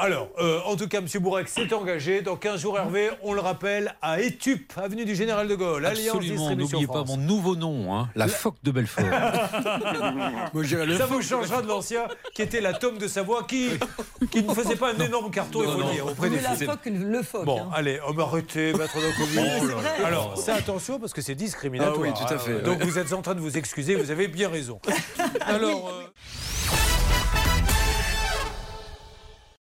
Alors, euh, en tout cas, M. Bourek s'est engagé. Dans 15 jours, Hervé, on le rappelle, à Étupe, avenue du Général de Gaulle, Alliance Absolument, Distribution n'oubliez pas France. mon nouveau nom, hein, la phoque de Belfort. Moi, je dirais le Ça vous changera de l'ancien, qui était la tome de Savoie, qui, qui ne faisait pas un énorme carton, il faut le dire, auprès des Mieux la filles. phoque que le phoque. Bon, hein. allez, on va arrêter, maître de c'est vrai. Alors, ça, attention, parce que c'est discriminatoire. Ah oui, tout à hein. fait, Donc, vous êtes en train de vous excuser, vous avez bien raison. Alors. euh,